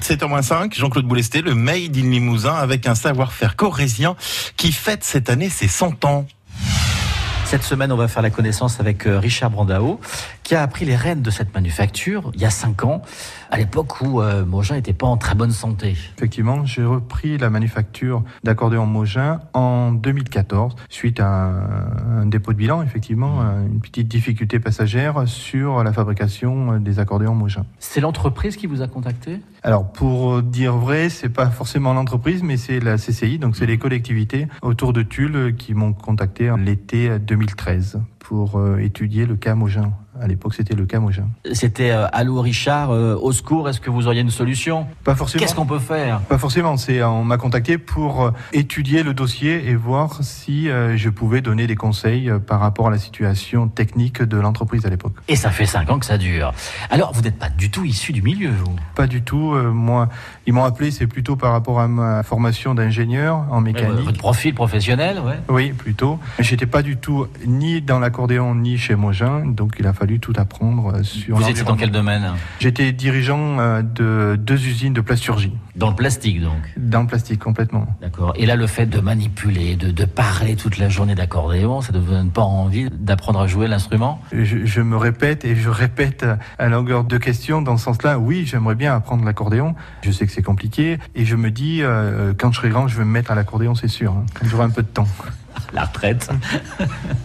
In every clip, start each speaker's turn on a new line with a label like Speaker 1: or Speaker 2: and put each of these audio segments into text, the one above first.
Speaker 1: 7h05, Jean-Claude Boulesté, le Made in Limousin avec un savoir-faire corésien qui fête cette année ses 100 ans.
Speaker 2: Cette semaine, on va faire la connaissance avec euh, Richard Brandao, qui a appris les rênes de cette manufacture il y a cinq ans, à l'époque où euh, Mogin n'était pas en très bonne santé.
Speaker 3: Effectivement, j'ai repris la manufacture d'accordéon Mogin en 2014, suite à un, un dépôt de bilan, effectivement, euh, une petite difficulté passagère sur la fabrication euh, des accordéons Mogin.
Speaker 2: C'est l'entreprise qui vous a contacté
Speaker 3: Alors, pour euh, dire vrai, c'est pas forcément l'entreprise, mais c'est la CCI, donc c'est les collectivités autour de Tulle euh, qui m'ont contacté en l'été 2013 pour euh, étudier le cas Mogin. À l'époque, c'était le cas Mogin.
Speaker 2: C'était euh, Allô Richard, euh, au secours, est-ce que vous auriez une solution
Speaker 3: Pas forcément.
Speaker 2: Qu'est-ce qu'on peut faire
Speaker 3: Pas forcément, c'est on m'a contacté pour euh, étudier le dossier et voir si euh, je pouvais donner des conseils euh, par rapport à la situation technique de l'entreprise à l'époque.
Speaker 2: Et ça fait cinq ans que ça dure. Alors, vous n'êtes pas du tout issu du milieu, vous
Speaker 3: Pas du tout, euh, moi ils m'ont appelé, c'est plutôt par rapport à ma formation d'ingénieur en mécanique.
Speaker 2: Votre profil professionnel, ouais.
Speaker 3: Oui, plutôt. J'étais pas du tout ni dans l'accordéon ni chez Mogin, donc il a fallu tout apprendre euh, sur
Speaker 2: Vous étiez dans quel
Speaker 3: l'environnement.
Speaker 2: domaine
Speaker 3: J'étais dirigeant euh, de deux usines de plasturgie,
Speaker 2: Dans le plastique, donc.
Speaker 3: dans le plastique complètement.
Speaker 2: D'accord. Et là, le fait de manipuler, de, de parler toute la journée d'accordéon, ça ne vous donne pas envie d'apprendre à jouer l'instrument
Speaker 3: Je, je me répète et je répète à longueur de questions dans ce sens-là. Oui, j'aimerais bien apprendre l'accordéon. Je sais que c'est compliqué et je me dis euh, quand je serai grand, je vais me mettre à l'accordéon, c'est sûr. hein, quand j'aurai un peu de temps.
Speaker 2: La retraite.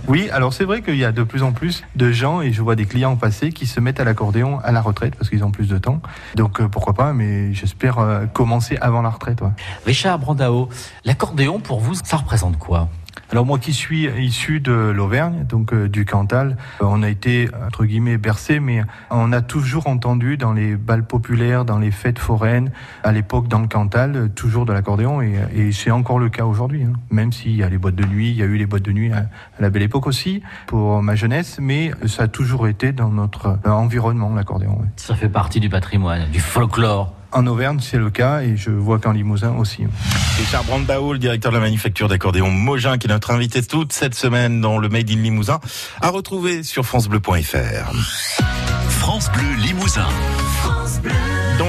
Speaker 3: Oui, alors c'est vrai qu'il y a de plus en plus de gens et je vois des clients passer qui se mettent à l'accordéon à la retraite parce qu'ils ont plus de temps. Donc euh, pourquoi pas Mais j'espère euh, commencer avant la retraite. ouais.
Speaker 2: Richard Brandao, l'accordéon, pour vous, ça représente quoi
Speaker 3: Alors moi qui suis issu de l'Auvergne, donc euh, du Cantal, euh, on a été entre guillemets bercé, mais on a toujours entendu dans les balles populaires, dans les fêtes foraines, à l'époque dans le Cantal, euh, toujours de l'accordéon, et, et c'est encore le cas aujourd'hui. hein. Même s'il y a les boîtes de nuit, il y a eu les boîtes de nuit à, à la belle époque aussi, pour ma jeunesse, mais ça a toujours été dans notre euh, environnement l'accordéon. ouais.
Speaker 2: Ça fait partie du patrimoine, du folklore.
Speaker 3: En Auvergne, c'est le cas, et je vois qu'en Limousin aussi. hein.
Speaker 1: Richard Brandao, le directeur de la manufacture d'accordéon Mogin, qui est notre invité toute cette semaine dans le Made in Limousin, à retrouver sur FranceBleu.fr.
Speaker 4: France Bleu Limousin.
Speaker 5: France Bleu.